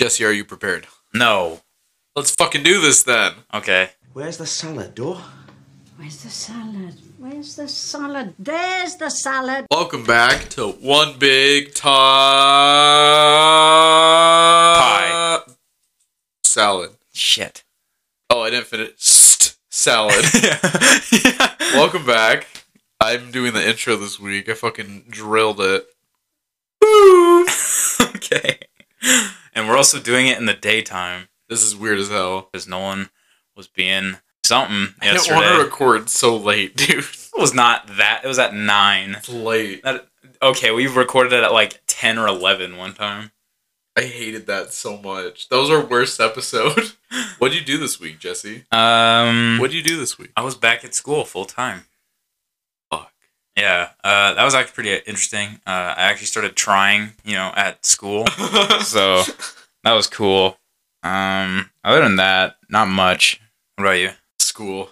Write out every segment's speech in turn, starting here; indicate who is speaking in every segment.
Speaker 1: Jesse, are you prepared?
Speaker 2: No.
Speaker 1: Let's fucking do this then.
Speaker 2: Okay.
Speaker 3: Where's the salad, door?
Speaker 4: Where's the salad? Where's the salad? There's the salad.
Speaker 1: Welcome back to One Big Time Pie Salad.
Speaker 2: Shit.
Speaker 1: Oh, I didn't finish. St- salad. Welcome back. I'm doing the intro this week. I fucking drilled it.
Speaker 2: okay. And we're also doing it in the daytime
Speaker 1: This is weird as hell.
Speaker 2: because no one was being something
Speaker 1: I didn't
Speaker 2: yesterday.
Speaker 1: want to record so late, dude.
Speaker 2: it was not that. It was at nine.
Speaker 1: It's late.
Speaker 2: That okay. We recorded it at like ten or eleven one time.
Speaker 1: I hated that so much. That was our worst episode. What'd you do this week, Jesse?
Speaker 2: Um.
Speaker 1: What'd you do this week?
Speaker 2: I was back at school full time.
Speaker 1: Fuck.
Speaker 2: Yeah, uh, that was actually pretty interesting. Uh, I actually started trying, you know, at school, so that was cool. Um, other than that, not much. What about you?
Speaker 1: School.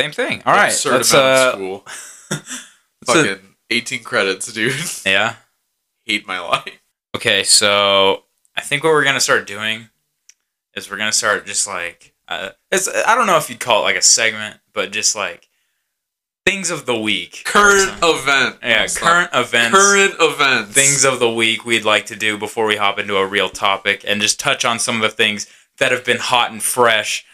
Speaker 2: Same thing. All right,
Speaker 1: Absurd
Speaker 2: let's
Speaker 1: amount of
Speaker 2: uh,
Speaker 1: school.
Speaker 2: let's, uh,
Speaker 1: Fucking 18 credits, dude.
Speaker 2: yeah.
Speaker 1: Hate my life.
Speaker 2: Okay, so I think what we're gonna start doing is we're gonna start just like uh, it's I don't know if you'd call it like a segment, but just like things of the week,
Speaker 1: Current event.
Speaker 2: yeah, current events,
Speaker 1: Current events.
Speaker 2: things of the week we'd like to do before we hop into a real topic and just touch on some of the things that have been hot and fresh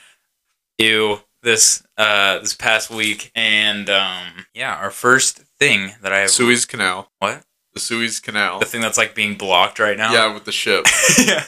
Speaker 2: ew this uh this past week and um yeah our first thing that i have
Speaker 1: Suez Canal.
Speaker 2: what
Speaker 1: The Suez Canal.
Speaker 2: the thing that's like being blocked right now
Speaker 1: Yeah, with the ship.
Speaker 2: yeah.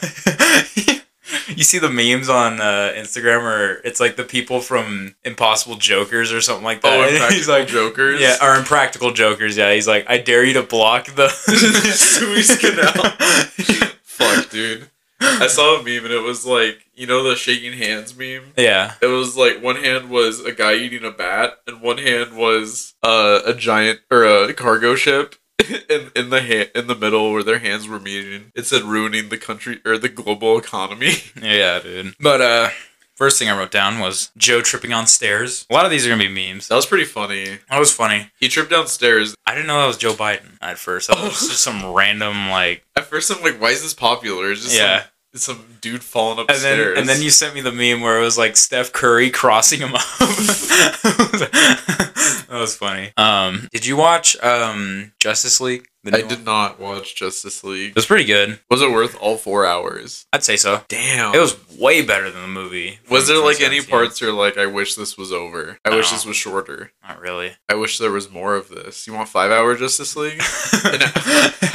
Speaker 2: you see the memes on uh, instagram or it's like the people from impossible jokers or something like that
Speaker 1: Oh,
Speaker 2: And
Speaker 1: Impractical
Speaker 2: he's like
Speaker 1: Jokers.
Speaker 2: yeah, or impractical jokers. Yeah, he's like, I dare you to block the
Speaker 1: Suez Canal. Fuck, dude. I saw a meme and it was like, you know, the shaking hands meme?
Speaker 2: Yeah.
Speaker 1: It was like one hand was a guy eating a bat, and one hand was uh, a giant or a cargo ship. in in the ha- in the middle where their hands were meeting, it said ruining the country or the global economy.
Speaker 2: Yeah, dude. But uh first thing I wrote down was Joe tripping on stairs. A lot of these are gonna be memes.
Speaker 1: That was pretty funny.
Speaker 2: That was funny.
Speaker 1: He tripped downstairs.
Speaker 2: I didn't know that was Joe Biden at first. That was just some random like
Speaker 1: At first, I'm like, "Why is this popular?" It's just
Speaker 2: Yeah.
Speaker 1: some, it's some dude falling
Speaker 2: and then
Speaker 1: upstairs.
Speaker 2: and then you sent me the meme where it was like Steph Curry crossing him up. that was funny. Um did you watch um Justice League? The
Speaker 1: I
Speaker 2: new one?
Speaker 1: did not watch Justice League.
Speaker 2: It was pretty good.
Speaker 1: Was it worth all four hours?
Speaker 2: I'd say so.
Speaker 1: Damn.
Speaker 2: It was way better than the movie.
Speaker 1: Was
Speaker 2: from
Speaker 1: there like any
Speaker 2: 2017.
Speaker 1: parts you're like, I wish this was over. I wish
Speaker 2: No.
Speaker 1: this was shorter.
Speaker 2: Not really.
Speaker 1: I wish there was more of this. You want five hour Justice League? And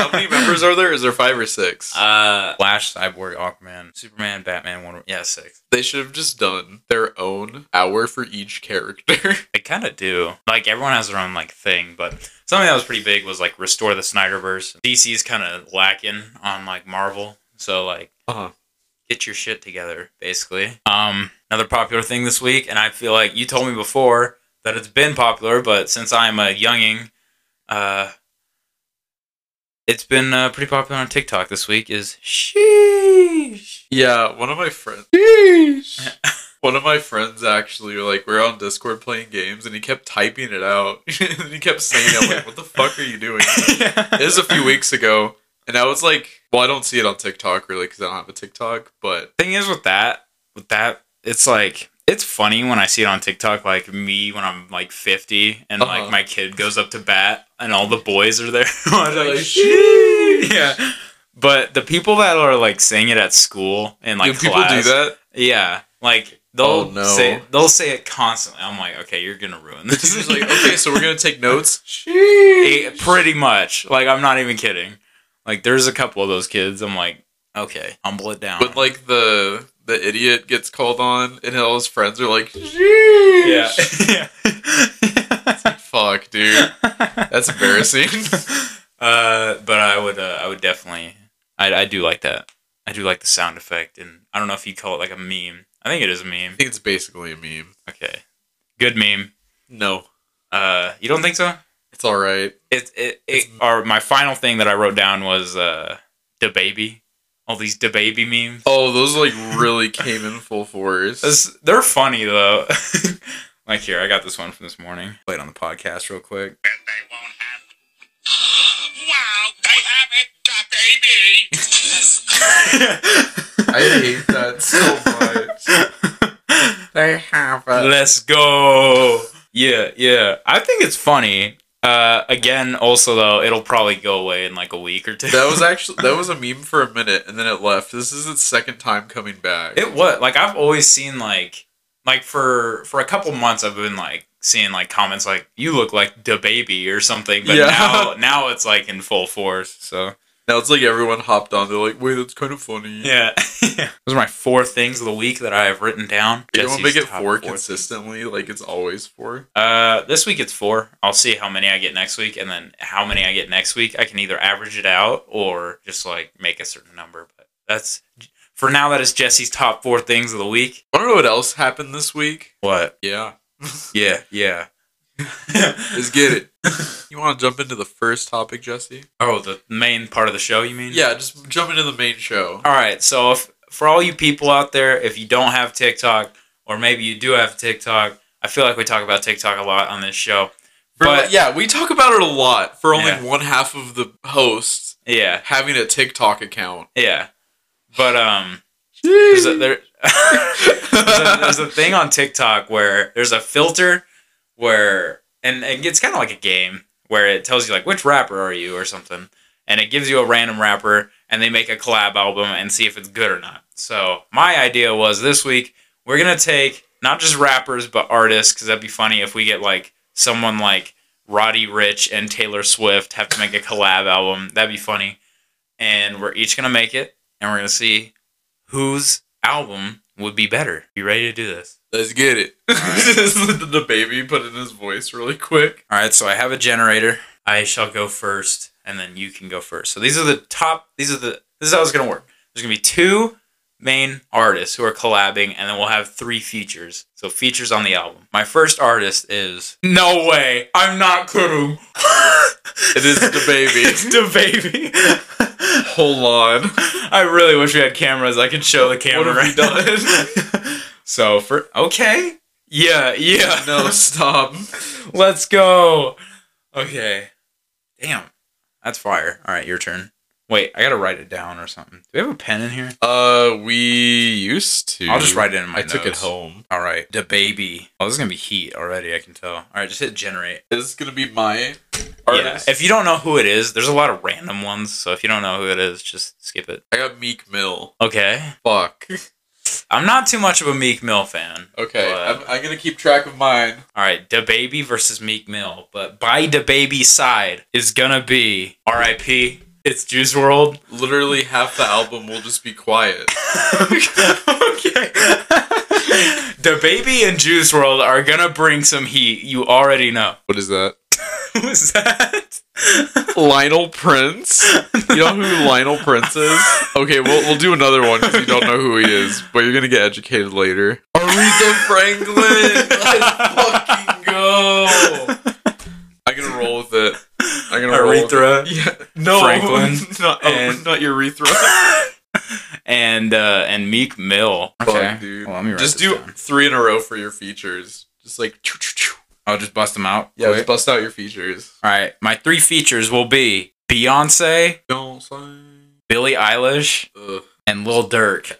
Speaker 1: How many members are there? Is there five or six?
Speaker 2: Uh, Flash, Cyborg, Aquaman, Superman, Batman, Wonder Yeah, six.
Speaker 1: they should have just done their own hour for each character.
Speaker 2: They kind of do. Like everyone has their own like thing, but something that was pretty big was like restore the Snyderverse. DC's kind of lacking on like Marvel, so like
Speaker 1: Uh-huh.
Speaker 2: get your shit together, basically. Um, another popular thing this week, and I feel like you told me before that it's been popular, but since I'm a younging, uh, it's been uh, pretty popular on TikTok this week. Is sheesh.
Speaker 1: Yeah, one of my friends. one of my friends actually like we are on Discord playing games and he kept typing it out. and he kept saying it. I'm like, what the fuck are you doing? It was a few weeks ago, and I was like, well, I don't see it on TikTok really because I don't have a TikTok, but
Speaker 2: thing is with that with that it's like it's funny when i see it on tiktok like me when i'm like 50 and
Speaker 1: Uh-huh.
Speaker 2: like my kid goes up to bat and all the boys are there I'm
Speaker 1: They're
Speaker 2: like,
Speaker 1: like,
Speaker 2: "Sheesh." yeah but the people that are like saying it at school and like
Speaker 1: do people
Speaker 2: class-
Speaker 1: do that?
Speaker 2: yeah like they'll
Speaker 1: Oh, no.
Speaker 2: say they'll say it constantly i'm like okay you're gonna ruin
Speaker 1: The
Speaker 2: this
Speaker 1: teacher's like, okay, so we're gonna take notes.
Speaker 2: Eh, pretty much like i'm not even kidding like there's a couple of those kids i'm like okay humble it down
Speaker 1: But like the the idiot gets called on, and all his friends are like,
Speaker 2: yeah yeah
Speaker 1: fuck, dude, that's embarrassing.
Speaker 2: Uh, but I would, uh, I would definitely, I, I do like that. I do like the sound effect, and I don't know if you call it like a meme. I think it is a
Speaker 1: I
Speaker 2: meme.
Speaker 1: think it's basically a meme.
Speaker 2: Okay, good meme.
Speaker 1: No,
Speaker 2: Uh, you don't think so?
Speaker 1: it's all right.
Speaker 2: It, it, it. Or my final thing that I wrote down was uh, the baby. All these the baby memes.
Speaker 1: Oh, those like really came in full force.
Speaker 2: This- they're funny though. like here, I got this one from this morning. Play it on the podcast real quick.
Speaker 5: they won't have. Wow, they haven't the baby.
Speaker 1: I hate that so much.
Speaker 2: they have it. Let's go. Yeah, yeah. I think it's funny. Uh, again, also though, it'll probably go away in like a week or two.
Speaker 1: That was actually that was a meme for a minute, and then it left. This is its second time coming back.
Speaker 2: it was like I've always seen like like for for a couple months I've been like seeing like comments like you look like the baby or something, but
Speaker 1: Yeah.
Speaker 2: now now it's like in full force. So
Speaker 1: now it's like everyone hopped on. They're like, "Wait, that's kind of funny."
Speaker 2: yeah, those are my four things of the week that I have written down.
Speaker 1: You don't
Speaker 2: Jesse's
Speaker 1: make it
Speaker 2: top
Speaker 1: four
Speaker 2: things.
Speaker 1: consistently, like it's always four.
Speaker 2: Uh, this week it's four. I'll see how many I get next week, and then how many I get next week. I can either average it out or just like make a certain number. But that's for now. That is Jesse's top four things of the week.
Speaker 1: I don't know what else happened this week.
Speaker 2: What?
Speaker 1: Yeah,
Speaker 2: Yeah, yeah.
Speaker 1: let's get it. you want to jump into the first topic, Jesse?
Speaker 2: oh, the main part of the show, you mean?
Speaker 1: Yeah, just jump into the main show.
Speaker 2: All right. So if, for all you people out there, if you don't have TikTok, or maybe you do have TikTok, I feel like we talk about TikTok a lot on this show.
Speaker 1: For-
Speaker 2: But
Speaker 1: yeah, we talk about it a lot for only
Speaker 2: Yeah.
Speaker 1: one half of the hosts
Speaker 2: yeah,
Speaker 1: having a TikTok account.
Speaker 2: yeah. But um. There's a, there, there's, a, there's a thing on TikTok where there's a filter where, and, and it's kind of like a game where it tells you, like, which rapper are you or something. And it gives you a random rapper and they make a collab album and see if it's good or not. So, my idea was this week, we're going to take not just rappers, but artists, because that'd be funny if we get, like, someone like Roddy Rich and Taylor Swift have to make a collab album. That'd be funny. And we're each going to make it and we're going to see whose album would be better. You ready to do this?
Speaker 1: Let's get it. the baby put in his voice really quick.
Speaker 2: All right, so I have a generator. I shall go first, and then you can go first. So these are the top. These are the. This is how it's gonna work. There's gonna be two main artists who are collabing, and then we'll have three features. So features on the album. My first artist is. No way! I'm not kidding.
Speaker 1: It is the
Speaker 2: it's
Speaker 1: baby.
Speaker 2: the baby.
Speaker 1: Hold on.
Speaker 2: I really wish we had cameras. I could show the camera.
Speaker 1: What have we
Speaker 2: right now. so for okay. Yeah, yeah.
Speaker 1: No, stop.
Speaker 2: Let's go. Okay. Damn. That's fire. All right, your turn. Wait, I gotta write it down or something. Do we have a pen in here?
Speaker 1: Uh, we used to.
Speaker 2: I'll just write it in my
Speaker 1: I took it
Speaker 2: notes.
Speaker 1: home.
Speaker 2: All right, the baby. Oh, this is gonna be heat already. I can tell. All right, just hit generate.
Speaker 1: This is gonna be my
Speaker 2: Artist.
Speaker 1: artist.
Speaker 2: If you don't know who it is, there's a lot of random ones. So if you don't know who it is, just skip it.
Speaker 1: I got Meek Mill.
Speaker 2: Okay.
Speaker 1: Fuck.
Speaker 2: I'm not too much of a Meek Mill fan.
Speaker 1: Okay,
Speaker 2: but-
Speaker 1: I'm, I'm gonna keep track of mine.
Speaker 2: All right, the baby versus Meek Mill, but by the baby's side is gonna be R.I.P. It's Juice World.
Speaker 1: Literally half the album will just be quiet.
Speaker 2: okay. the baby and Juice World are gonna bring some heat. You already know.
Speaker 1: What is that?
Speaker 2: Who's that?
Speaker 1: Lionel Prince. You know who Lionel Prince is? Okay, we'll we'll do another one because you don't know who he is, but you're gonna get educated later. Aretha Franklin. Let's fucking go. I'm gonna roll with it. I'm gonna roll.
Speaker 2: Urethra
Speaker 1: With it. Yeah. No.
Speaker 2: Franklin
Speaker 1: not, oh,
Speaker 2: and-
Speaker 1: not urethra.
Speaker 2: and uh, and Meek Mill.
Speaker 1: Fuck, dude.
Speaker 2: Well, let me write
Speaker 1: Just
Speaker 2: this
Speaker 1: do
Speaker 2: down.
Speaker 1: three in a row for your features. Just like. choo, choo, choo.
Speaker 2: I'll just bust them out.
Speaker 1: Yeah.
Speaker 2: quick.
Speaker 1: Just bust out your features.
Speaker 2: All right. My three features will be Beyonce,
Speaker 1: Don't say.
Speaker 2: Billie Eilish,
Speaker 1: Ugh.
Speaker 2: and Lil Durk.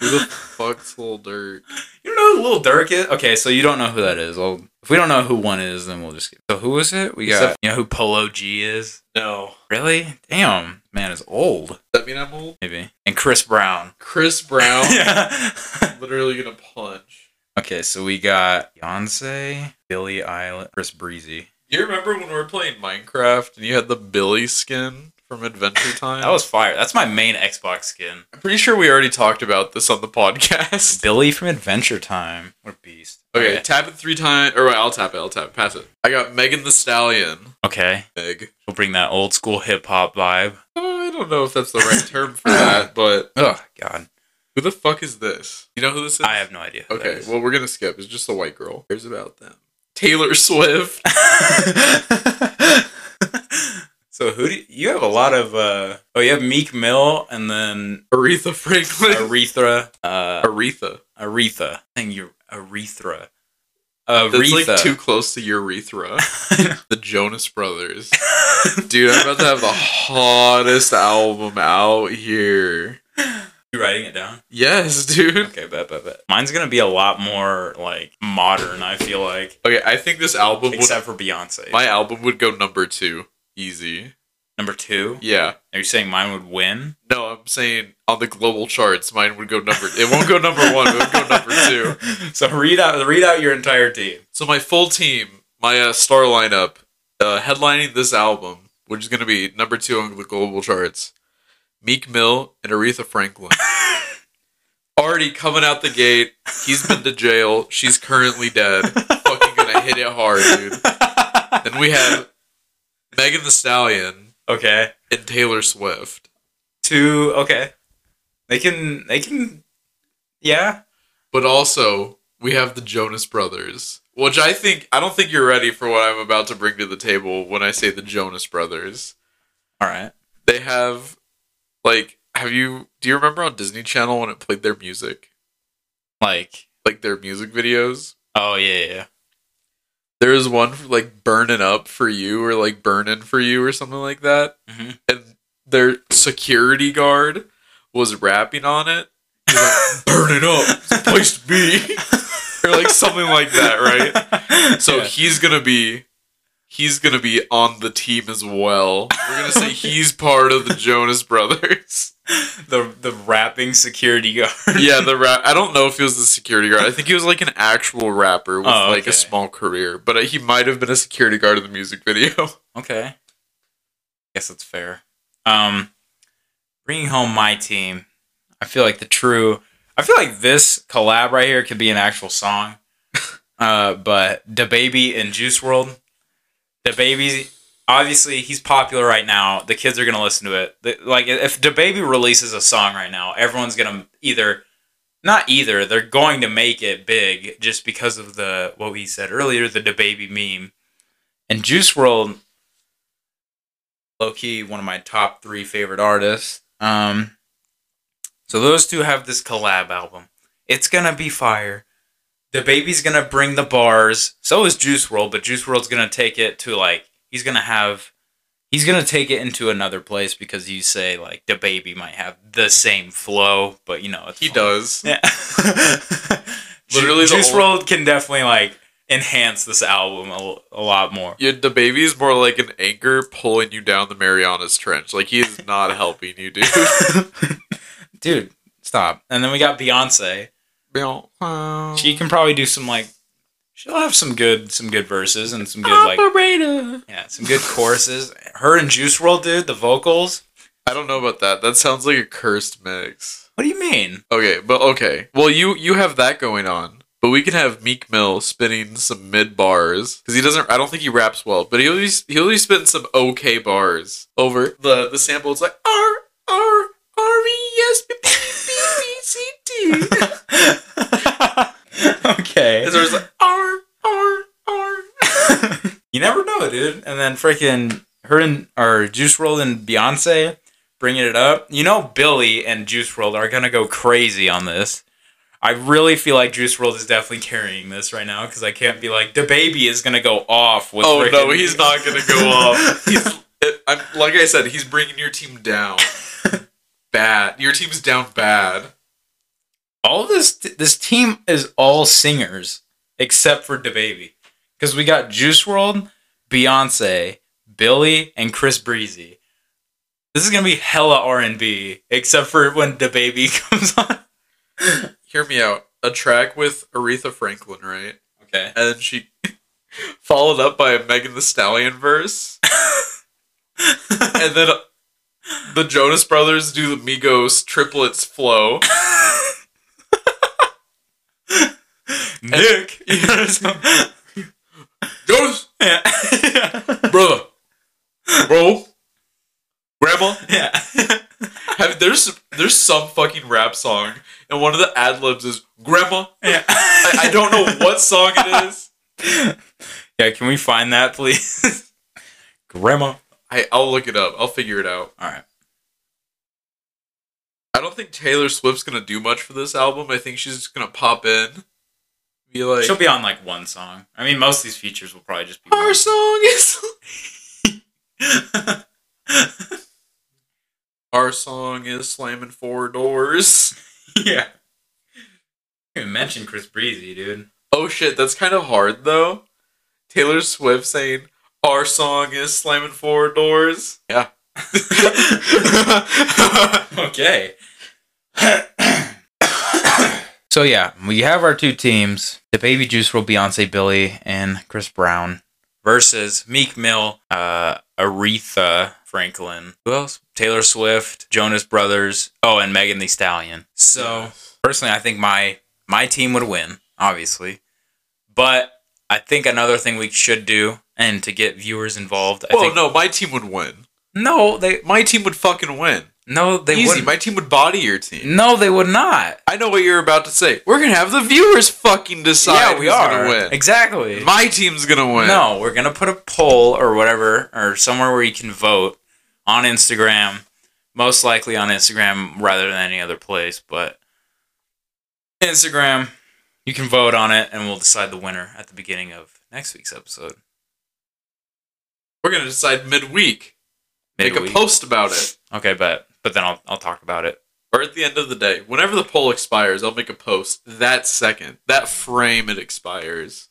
Speaker 1: Who the fuck's Lil Durk?
Speaker 2: You don't know who Lil Durk is? Okay, so you don't know who that is. I'll, if we don't know who one is, then we'll just. So who is it? We got.
Speaker 1: Except-
Speaker 2: you know who Polo G is?
Speaker 1: No.
Speaker 2: Really? Damn, man is old.
Speaker 1: Does that mean I'm old?
Speaker 2: Maybe. And Chris Brown.
Speaker 1: Chris Brown.
Speaker 2: yeah.
Speaker 1: literally gonna punch.
Speaker 2: okay, so we got Beyonce, Billie Eilish, Chris Breezy.
Speaker 1: Do you remember when we were playing Minecraft and you had the Billy skin from Adventure Time?
Speaker 2: That was fire. That's my main Xbox skin.
Speaker 1: I'm pretty sure we already talked about this on the podcast.
Speaker 2: Billy from Adventure Time. What a beast.
Speaker 1: Okay, tap it three times. Or wait, I'll tap it. I'll tap it. Pass it. I got Megan the Stallion.
Speaker 2: Okay.
Speaker 1: Meg.
Speaker 2: We'll bring that old school hip hop vibe.
Speaker 1: Oh, I don't know if that's the right term for that, but
Speaker 2: Oh God.
Speaker 1: who the fuck is this? You know who this is?
Speaker 2: I have no idea. who that
Speaker 1: Okay,
Speaker 2: is.
Speaker 1: well we're gonna skip. It's just a white girl. Here's about them. Taylor Swift.
Speaker 2: so who do you, you have a lot of uh oh you have Meek Mill and then
Speaker 1: Aretha Franklin.
Speaker 2: Aretha uh
Speaker 1: Aretha.
Speaker 2: Aretha. I think you're Aretha.
Speaker 1: That's
Speaker 2: Aretha.
Speaker 1: like too close to urethra. the Jonas Brothers. Dude, I'm about to have the hottest album out here.
Speaker 2: You writing it down?
Speaker 1: Yes, dude.
Speaker 2: Okay, bet, bet, bet. Mine's gonna be a lot more like modern. I feel like,
Speaker 1: Okay, I think this album would
Speaker 2: except for Beyonce.
Speaker 1: my album would go number two. Easy.
Speaker 2: Number two.
Speaker 1: Yeah.
Speaker 2: Are you saying mine would win?
Speaker 1: No, I'm saying on the global charts, mine would go number. It won't go number one. It would go number two.
Speaker 2: So read out, read out your entire team.
Speaker 1: So my full team, my uh, star lineup, uh, headlining this album, which is going to be number two on the global charts, Meek Mill and Aretha Franklin. Already coming out the gate, he's been to jail. She's currently dead. Fucking gonna hit it hard, dude. Then we have Megan the Stallion
Speaker 2: okay.
Speaker 1: and Taylor Swift.
Speaker 2: Two. Okay. They can. They can. Yeah.
Speaker 1: But also we have the Jonas Brothers, which I think I don't think you're ready for what I'm about to bring to the table when I say the Jonas Brothers.
Speaker 2: All right.
Speaker 1: they have like have you do you remember on disney channel when it played their music
Speaker 2: Like.
Speaker 1: like their music videos
Speaker 2: Oh yeah, yeah.
Speaker 1: there was one for like burning up for you or like burning for you or something like that
Speaker 2: Mhm.
Speaker 1: and their security guard was rapping on it He's like, burn it up it's a place to be or like something like that right
Speaker 2: right?
Speaker 1: So
Speaker 2: So
Speaker 1: he's gonna be he's gonna be on the team as well. We're gonna say he's part of the Jonas Brothers.
Speaker 2: the the rapping security guard.
Speaker 1: yeah, the rap. I don't know if he was the security guard. I think he was like an actual rapper with
Speaker 2: Oh,
Speaker 1: like
Speaker 2: okay.
Speaker 1: a small career, but uh, he might have been a security guard in the music video.
Speaker 2: Okay. Guess that's fair. Um, bringing home my team, I feel like the true. I feel like this collab right here could be an actual song. Uh, but the baby and Juice World, the baby. Obviously, he's popular right now. The kids are gonna listen to it. The, like, if the baby releases a song right now, everyone's gonna either, not either. They're going to make it big just because of the what we said earlier, the baby meme. And Juice World, low key, one of my top three favorite artists. Um, so those two have this collab album. It's gonna be fire. The baby's gonna bring the bars. So is Juice World, but Juice World's gonna take it to like he's gonna have. He's gonna take it into another place because you say like the baby might have the same flow, but you know it's
Speaker 1: he
Speaker 2: fine.
Speaker 1: does.
Speaker 2: Yeah.
Speaker 1: Literally
Speaker 2: Literally,
Speaker 1: the
Speaker 2: Juice
Speaker 1: only-
Speaker 2: World can definitely like enhance this album a, l- a lot more.
Speaker 1: Yeah, the baby is more like an anchor pulling you down the Marianas Trench. Like he is not helping you, dude.
Speaker 2: Dude, stop. And then we got Beyonce. She can probably do some like she'll have some good some good verses and some good like
Speaker 1: Operator.
Speaker 2: yeah, some good choruses. Her and Juice World, dude, the vocals.
Speaker 1: I don't know about that. That sounds like a cursed mix.
Speaker 2: What do you mean?
Speaker 1: Okay, but okay. Well, you you have that going on, but we can have Meek Mill spinning some mid bars because he doesn't. I don't think he raps well, but he always he always spins some okay bars over the the sample. It's like R R R E S B B B C D.
Speaker 2: okay.
Speaker 1: And so it's like R R R.
Speaker 2: you never know, dude. And then freaking her and or Juice World and Beyonce bringing it up. You know, Billy and Juice World are gonna go crazy on this. I really feel like Juice World is definitely carrying this right now because I can't be like the baby is gonna go off with.
Speaker 1: Oh no,
Speaker 2: frickin-
Speaker 1: he's not gonna go off. He's it, I'm, like I said, he's bringing your team down. bad. Your team's down bad.
Speaker 2: all this this team is all singers except for DaBaby. Because we got Juice World, Beyonce, Billy, and Chris Breezy. This is gonna be hella R and B, except for when DaBaby comes on.
Speaker 1: Hear me out. A track with Aretha Franklin, right?
Speaker 2: Okay.
Speaker 1: and then she followed up by a Megan the Stallion verse, and then uh, the Jonas Brothers do the Migos triplets flow.
Speaker 2: Nick.
Speaker 1: Jonas,
Speaker 2: yeah.
Speaker 1: brother, bro, grandma.
Speaker 2: yeah.
Speaker 1: Have, there's there's some fucking rap song, and one of the ad libs is grandma.
Speaker 2: Yeah.
Speaker 1: I, I don't know what song it is.
Speaker 2: Yeah, can we find that please? Grandma.
Speaker 1: I I'll look it up. I'll figure it out.
Speaker 2: Alright.
Speaker 1: I don't think Taylor Swift's gonna do much for this album. I think she's just gonna pop in, be like,
Speaker 2: She'll be on like one song. I mean most of these features will probably just be one
Speaker 1: our song is
Speaker 2: I
Speaker 1: Our song is slamming four doors.
Speaker 2: yeah. You mentioned Chris Breezy, dude.
Speaker 1: Oh shit, that's kind of hard though. Taylor Swift saying our song is slamming four doors. Yeah.
Speaker 2: okay. so yeah, we have our two teams: the Baby Juice World, Beyonce, Billy, and Chris Brown versus Meek Mill, uh, Aretha Franklin, who else? Taylor Swift, Jonas Brothers, oh, and Megan The Stallion. So personally, I think my my team would win, obviously, but I think another thing we should do, and to get viewers involved, I
Speaker 1: Well,
Speaker 2: think
Speaker 1: no, my team would win.
Speaker 2: no, they
Speaker 1: My team would fucking win.
Speaker 2: no they
Speaker 1: Easy.
Speaker 2: wouldn't.
Speaker 1: My team would body your team.
Speaker 2: no, they would not.
Speaker 1: I know what you're about to say. We're gonna have the viewers fucking decide
Speaker 2: yeah, we
Speaker 1: who's
Speaker 2: are
Speaker 1: gonna win.
Speaker 2: exactly.
Speaker 1: My team's gonna win.
Speaker 2: No, we're gonna put a poll or whatever, or somewhere where you can vote on Instagram. Most likely on Instagram rather than any other place, but Instagram, you can vote on it, and we'll decide the winner at the beginning of next week's episode.
Speaker 1: We're gonna decide midweek. Make a
Speaker 2: Midweek.
Speaker 1: post about it.
Speaker 2: Okay, but but then I'll I'll talk about it.
Speaker 1: Or at the end of the day, whenever the poll expires, I'll make a post that second, that frame it expires.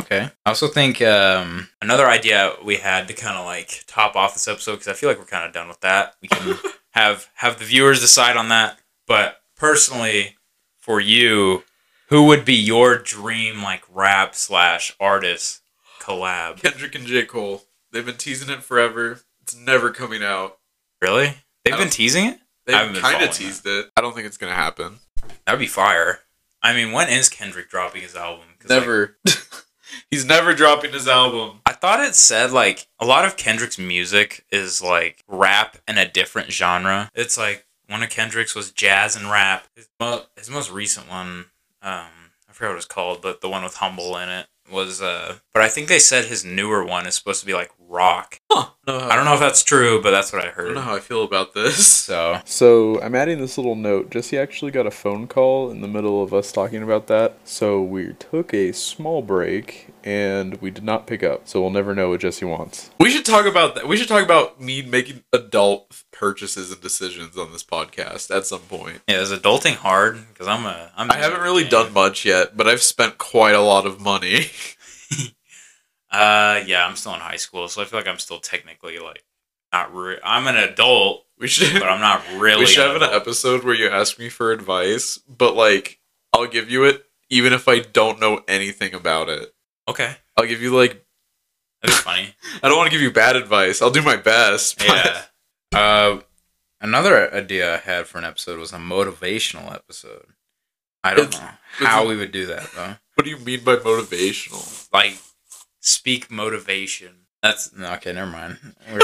Speaker 2: Okay. I also think um, another idea we had to kind of like top off this episode because I feel like we're kind of done with that. We can have have the viewers decide on that. But personally, for you, who would be your dream like rap slash artist collab?
Speaker 1: Kendrick and J. Cole, they've been teasing it forever. It's never coming out.
Speaker 2: Really? They've
Speaker 1: I
Speaker 2: been
Speaker 1: don't-
Speaker 2: teasing it.
Speaker 1: They
Speaker 2: I haven't been
Speaker 1: kind
Speaker 2: following
Speaker 1: of teased it. I don't think it's going to happen.
Speaker 2: That'd be fire. I mean, when is Kendrick dropping his album? 'Cause, like,
Speaker 1: Never. He's never dropping his album.
Speaker 2: I thought it said like a lot of Kendrick's music is like rap in a different genre. It's like one of Kendrick's was jazz and rap. His, mo- his most recent one, um, I forgot what it was called, but the one with Humble in it was. Uh, but I think they said his newer one is supposed to be like rock.
Speaker 1: No,
Speaker 2: I don't know if that's true, but that's what I
Speaker 1: I
Speaker 2: heard.
Speaker 1: don't know how I feel about this.
Speaker 2: So
Speaker 3: So I'm adding this little note. Jesse actually got a phone call in the middle of us talking about that. So we took a small break and we did not pick up. So we'll never know what Jesse wants.
Speaker 1: We should talk about that. We should talk about me making adult purchases and decisions on this podcast at some point.
Speaker 2: yeah, is adulting hard? Because I'm a. I'm
Speaker 1: I haven't really done much yet, but I've spent quite a lot of money.
Speaker 2: Uh, yeah, I'm still in high school, so I feel like I'm still technically like not. Re- I'm an adult,
Speaker 1: We should
Speaker 2: but I'm not really.
Speaker 1: we should
Speaker 2: an
Speaker 1: have an
Speaker 2: adult.
Speaker 1: episode where you ask me for advice, but like I'll give you it even if I don't know anything about it.
Speaker 2: Okay.
Speaker 1: I'll give you like
Speaker 2: That's funny.
Speaker 1: I don't want to give you bad advice. I'll do my best. but-
Speaker 2: yeah. Uh, another idea I had for an episode was a motivational episode. I don't
Speaker 1: It's-
Speaker 2: know
Speaker 1: it's-
Speaker 2: how we would do that though.
Speaker 1: What do you mean by motivational?
Speaker 2: Like, speak motivation. That's no, okay. Never mind. We're,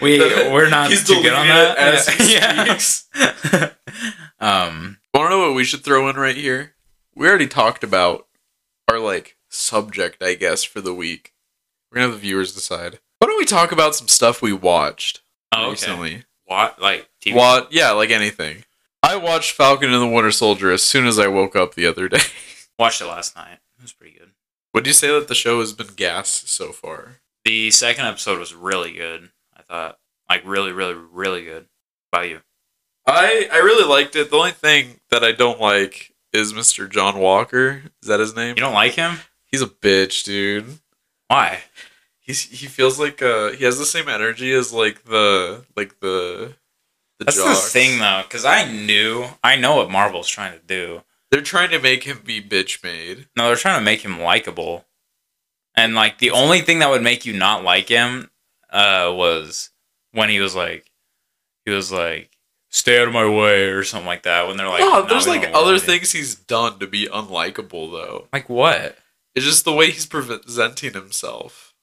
Speaker 2: we
Speaker 1: He's
Speaker 2: we're not too good on
Speaker 1: deleting it
Speaker 2: that.
Speaker 1: as he
Speaker 2: yeah. um.
Speaker 1: Want to know what we should throw in right here? We already talked about our like subject, I guess, for the week. We're gonna have the viewers decide. Why don't we talk about some stuff we watched
Speaker 2: Oh, okay.
Speaker 1: recently?
Speaker 2: What like TV?
Speaker 1: Wa- yeah, like anything. I watched Falcon and the Winter Soldier as soon as I woke up the other day.
Speaker 2: Watched it last night. It was pretty good.
Speaker 1: Would you say that the show has been gas so far?
Speaker 2: The second episode was really good. I thought like really, really, really good. How About you?
Speaker 1: I I really liked it. The only thing that I don't like is Mr. John Walker. Is that his name?
Speaker 2: You don't like him?
Speaker 1: He's a bitch, dude.
Speaker 2: Why?
Speaker 1: He's he feels like uh he has the same energy as like the like the the
Speaker 2: That's
Speaker 1: jocks.
Speaker 2: the thing, though, because I knew, I know what Marvel's trying to do.
Speaker 1: They're trying to make him be bitch made.
Speaker 2: No, they're trying to make him likable, and like the only thing that would make you not like him uh, was when he was like, he was like, "Stay out of my way" or something like that. When they're like,
Speaker 1: oh,
Speaker 2: "No,
Speaker 1: there's
Speaker 2: we
Speaker 1: like
Speaker 2: don't
Speaker 1: other
Speaker 2: want you."
Speaker 1: things he's done to be unlikable though.
Speaker 2: Like what?
Speaker 1: It's just the way he's presenting himself.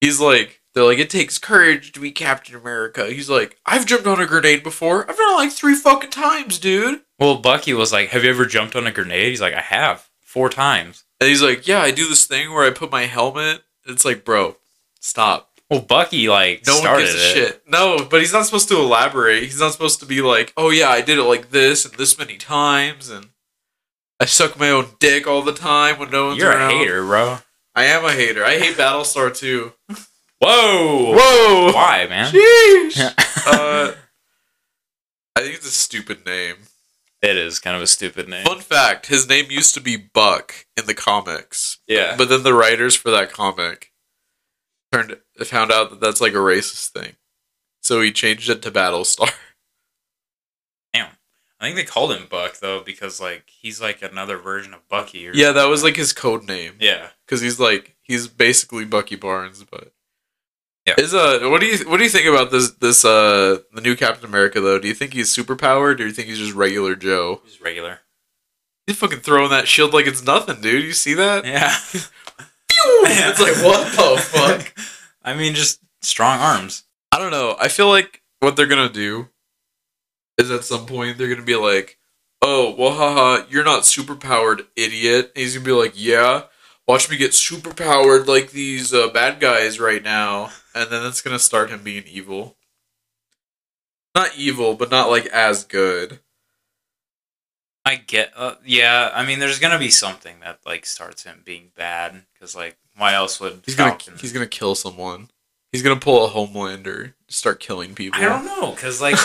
Speaker 1: He's like, they're like, it takes courage to be Captain America. He's like, I've jumped on a grenade before. I've done it like three fucking times, dude.
Speaker 2: Well, Bucky was like, "Have you ever jumped on a grenade?" He's like, "I have four times."
Speaker 1: And he's like, yeah, I do this thing where I put my helmet. It's like, bro, stop.
Speaker 2: Well, Bucky like
Speaker 1: No one
Speaker 2: started
Speaker 1: gives a
Speaker 2: it.
Speaker 1: shit. No, but he's not supposed to elaborate. He's not supposed to be like, oh yeah, I did it like this and this many times, and I suck my own dick all the time when no one's
Speaker 2: You're
Speaker 1: around.
Speaker 2: a hater, bro.
Speaker 1: I am a hater. I hate Battlestar too.
Speaker 2: Whoa!
Speaker 3: Whoa!
Speaker 2: Why, man?
Speaker 3: Jeez!
Speaker 1: Uh, I think it's a stupid name.
Speaker 2: it is kind of a stupid name.
Speaker 1: Fun fact: his name used to be Buck in the comics,
Speaker 2: Yeah.
Speaker 1: but then the writers for that comic turned found out that that's like a racist thing, so he changed it to Battlestar.
Speaker 2: I think they called him Buck though because like he's like another version of Bucky. Or
Speaker 1: Yeah, that was like his code name
Speaker 2: yeah.
Speaker 1: because he's like he's basically Bucky Barnes, but
Speaker 2: Yeah.
Speaker 1: Is uh, what do you what do you think about this this uh the new Captain America though? Do you think he's superpowered or do you think he's just regular Joe?
Speaker 2: He's regular.
Speaker 1: He's fucking throwing that shield like it's nothing, dude. You see that?
Speaker 2: Yeah.
Speaker 1: It's like what the fuck.
Speaker 2: I mean, just strong arms.
Speaker 1: I don't know. I feel like what they're gonna do is at some point they're gonna be like, "Oh, well, haha, you're not superpowered, idiot." And he's gonna be like, "Yeah, watch me get superpowered like these uh, bad guys right now," and then that's gonna start him being evil. Not evil, but not like as good.
Speaker 2: I get. Uh, yeah. I mean, there's gonna be something that like starts him being bad because like why else would
Speaker 1: He's gonna
Speaker 2: Falcon-
Speaker 1: he's gonna kill someone. He's gonna pull a Homelander, start killing people.
Speaker 2: I don't know, cause like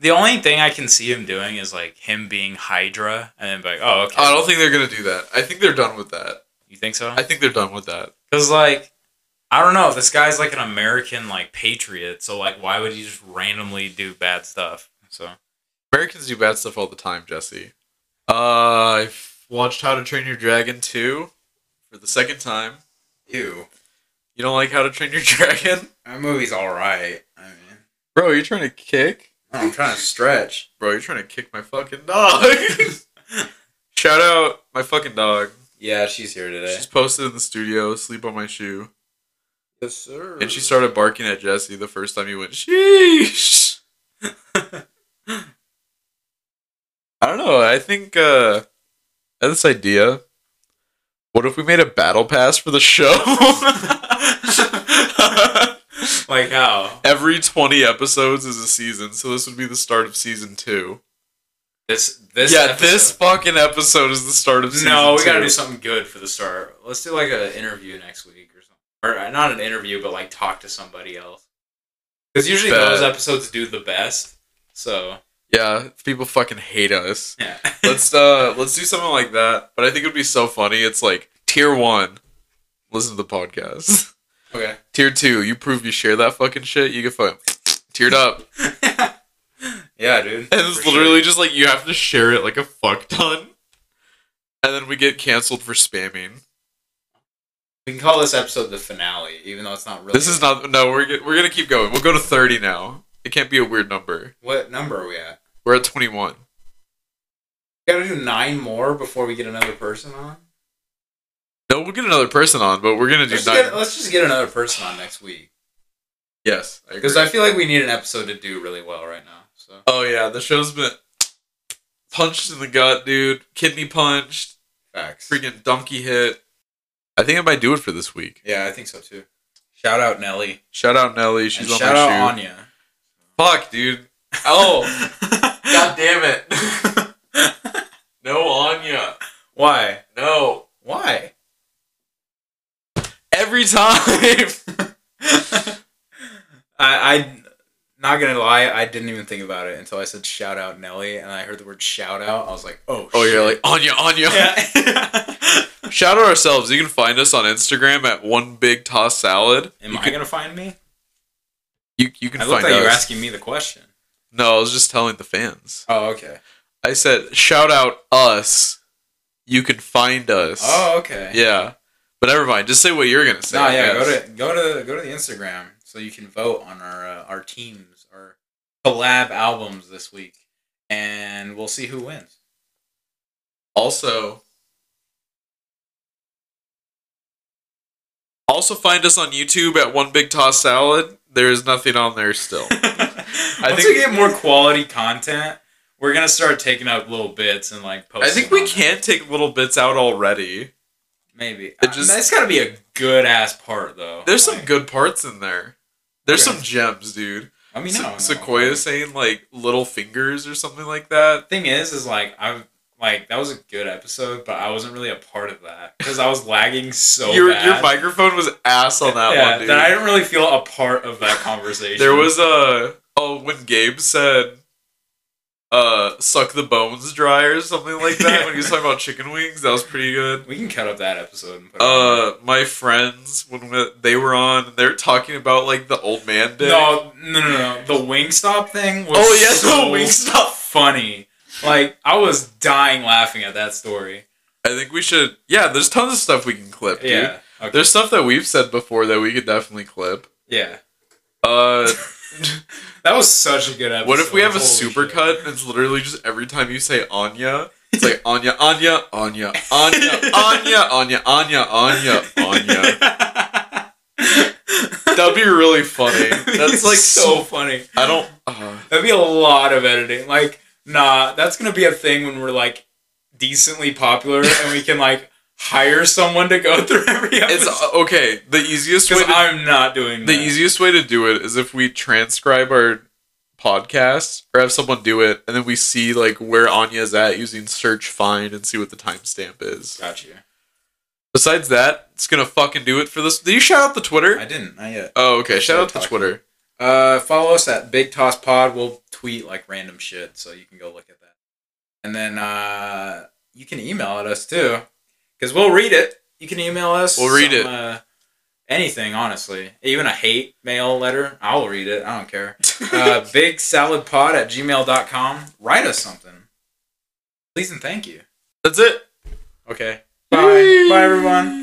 Speaker 2: the only thing I can see him doing is like him being Hydra, and then be like, oh, okay.
Speaker 1: I don't think they're gonna do that. I think they're done with that.
Speaker 2: you think so.
Speaker 1: I think they're done with that.
Speaker 2: Cause like I don't know, this guy's like an American like patriot, so like why would he just randomly do bad stuff? So
Speaker 1: Americans do bad stuff all the time, Jesse. Uh, I watched How to Train Your Dragon 2 for the second time.
Speaker 2: Ew.
Speaker 1: You don't like How to Train Your Dragon?
Speaker 2: That movie's alright. I mean
Speaker 1: Bro, you're trying to kick?
Speaker 2: I'm trying to stretch.
Speaker 1: Bro, you're trying to kick my fucking dog. Shout out my fucking dog.
Speaker 2: Yeah, she's here today.
Speaker 1: She's posted in the studio, sleep on my shoe.
Speaker 2: Yes, sir.
Speaker 1: And she started barking at Jesse the first time he went, sheesh. I don't know. I think uh, I had this idea. What if we made a battle pass for the show?
Speaker 2: like how?
Speaker 1: Every 20 episodes is a season, so this would be the start of season two.
Speaker 2: This this
Speaker 1: yeah,
Speaker 2: episode-
Speaker 1: this fucking episode is the start of season
Speaker 2: No, we
Speaker 1: two.
Speaker 2: gotta do something good for the start. Let's do like an interview next week or something. Or uh, not an interview, but like talk to somebody else. Because usually
Speaker 1: Bet.
Speaker 2: those episodes do the best. So
Speaker 1: Yeah, people fucking hate us.
Speaker 2: yeah.
Speaker 1: let's uh let's do something like that. But I think it would be so funny. It's like tier one, listen to the podcast.
Speaker 2: okay.
Speaker 1: Tier two, you prove you share that fucking shit, you get fucking teared up.
Speaker 2: yeah, dude.
Speaker 1: And it's
Speaker 2: For sure.
Speaker 1: literally just like you have to share it like a fuck ton. And then we get canceled for spamming.
Speaker 2: We can call this episode the finale, even though it's not really.
Speaker 1: This is not no. We're get, we're gonna keep going. We'll go to thirty now. It can't be a weird number.
Speaker 2: What number are we at?
Speaker 1: We're at twenty one.
Speaker 2: We gotta do nine more before we get another person on.
Speaker 1: No, we'll get another person on, but we're gonna do
Speaker 2: Let's,
Speaker 1: nine.
Speaker 2: get, let's just get another person on next week.
Speaker 1: yes, I
Speaker 2: Because
Speaker 1: agree.
Speaker 2: I feel like we need an episode to do really well right now. So
Speaker 1: oh yeah, the show's been punched in the gut, dude. Kidney punched.
Speaker 2: facts.
Speaker 1: freaking donkey hit. I think I might do it for this week.
Speaker 2: Yeah, I think so too. Shout out Nelly.
Speaker 1: Shout out Nelly, she's
Speaker 2: And
Speaker 1: on
Speaker 2: shout
Speaker 1: my
Speaker 2: out
Speaker 1: shoe.
Speaker 2: Anya.
Speaker 1: Fuck, dude. Oh, god damn it. no Anya.
Speaker 2: Why?
Speaker 1: No.
Speaker 2: Why?
Speaker 1: Every time.
Speaker 2: I I not gonna lie, I didn't even think about it until I said shout out Nelly and I heard the word shout out. I was like, oh.
Speaker 1: oh,
Speaker 2: shit.
Speaker 1: you're like Anya, Anya.
Speaker 2: Yeah.
Speaker 1: Shout out ourselves. You can find us on Instagram at one big toss salad.
Speaker 2: Am
Speaker 1: you,
Speaker 2: I
Speaker 1: can,
Speaker 2: gonna find me?
Speaker 1: you, you can
Speaker 2: I looked
Speaker 1: find
Speaker 2: like you were
Speaker 1: us.
Speaker 2: asking me the question.
Speaker 1: No, I was just telling the fans.
Speaker 2: Oh, okay.
Speaker 1: I said shout out us. You can find us.
Speaker 2: Oh, okay.
Speaker 1: Yeah, but never mind. Just say what you're gonna say.
Speaker 2: No,
Speaker 1: I
Speaker 2: yeah.
Speaker 1: guess.
Speaker 2: Go to go to go to the Instagram so you can vote on our uh, our teams, our collab albums this week, and we'll see who wins.
Speaker 1: Also, also find us on YouTube at One Big Toss Salad. There is nothing on there still.
Speaker 2: I Once
Speaker 1: think-
Speaker 2: we get more quality content, we're gonna start taking out little bits and like
Speaker 1: I
Speaker 2: posting.
Speaker 1: think we
Speaker 2: on it.
Speaker 1: can take little bits out already.
Speaker 2: Maybe
Speaker 1: It
Speaker 2: it
Speaker 1: just-
Speaker 2: just it's gotta be a good ass part though.
Speaker 1: There's some
Speaker 2: Like,
Speaker 1: good parts in there. There's
Speaker 2: Okay.
Speaker 1: some gems, dude.
Speaker 2: I mean,
Speaker 1: Se-
Speaker 2: no, no.
Speaker 1: Sequoia saying like little fingers or something like that.
Speaker 2: thing is, is like I've Like that was a good episode, but I wasn't really a part of that because I was lagging so
Speaker 1: your
Speaker 2: bad.
Speaker 1: your microphone was ass on that
Speaker 2: yeah,
Speaker 1: one, dude.
Speaker 2: that I didn't really feel a part of that conversation.
Speaker 1: There was a oh when Gabe said, "Uh, suck the bones dry" or something like that. when he was talking about chicken wings, that was pretty good.
Speaker 2: We can cut up that episode. And put it on.
Speaker 1: Uh, my friends when we, they were on, they were talking about like the old man day.
Speaker 2: No, no, no, no. The Wingstop thing was
Speaker 1: Oh, yes, the
Speaker 2: so
Speaker 1: Wingstop.
Speaker 2: funny. Like I was dying laughing at that story.
Speaker 1: I think we should. Yeah, there's tons of stuff we can clip, dude.
Speaker 2: Yeah. Okay.
Speaker 1: There's stuff that we've said before that we could definitely clip.
Speaker 2: yeah.
Speaker 1: Uh,
Speaker 2: That was such a good episode.
Speaker 1: what if we have a
Speaker 2: Holy
Speaker 1: super
Speaker 2: shit.
Speaker 1: cut and it's literally just every time you say Anya, it's like Anya, Anya, Anya, Anya, Anya, Anya, Anya, Anya, Anya. That'd be really funny. That's like so.
Speaker 2: funny.
Speaker 1: I don't. Uh,
Speaker 2: That'd be a lot of editing. Like, nah, that's gonna be a thing when we're like decently popular and we can like hire someone to go through every
Speaker 1: it's
Speaker 2: episode.
Speaker 1: uh, okay. The easiest way.
Speaker 2: because
Speaker 1: To,
Speaker 2: I'm not doing
Speaker 1: the
Speaker 2: that.
Speaker 1: easiest way to do it is if we transcribe our podcast or have someone do it, and then we see like where Anya's at using search find and see what the timestamp is.
Speaker 2: Got you.
Speaker 1: Besides that, it's gonna fucking do it for this. Did you shout out the Twitter?
Speaker 2: I didn't. Not yet.
Speaker 1: Oh, okay. Shout out to
Speaker 2: Talking.
Speaker 1: Twitter.
Speaker 2: Uh, follow us at Big Toss Pod. We'll tweet like random shit, so you can go look at that. And then uh, you can email at us too, because we'll read it. You can email us.
Speaker 1: We'll read it.
Speaker 2: Uh, anything, honestly, even a hate mail letter, I'll read it. I don't care. uh, Big Salad Pod at gmail.com. Write us something, please and thank you.
Speaker 1: That's it.
Speaker 2: Okay. Bye. Bye, everyone.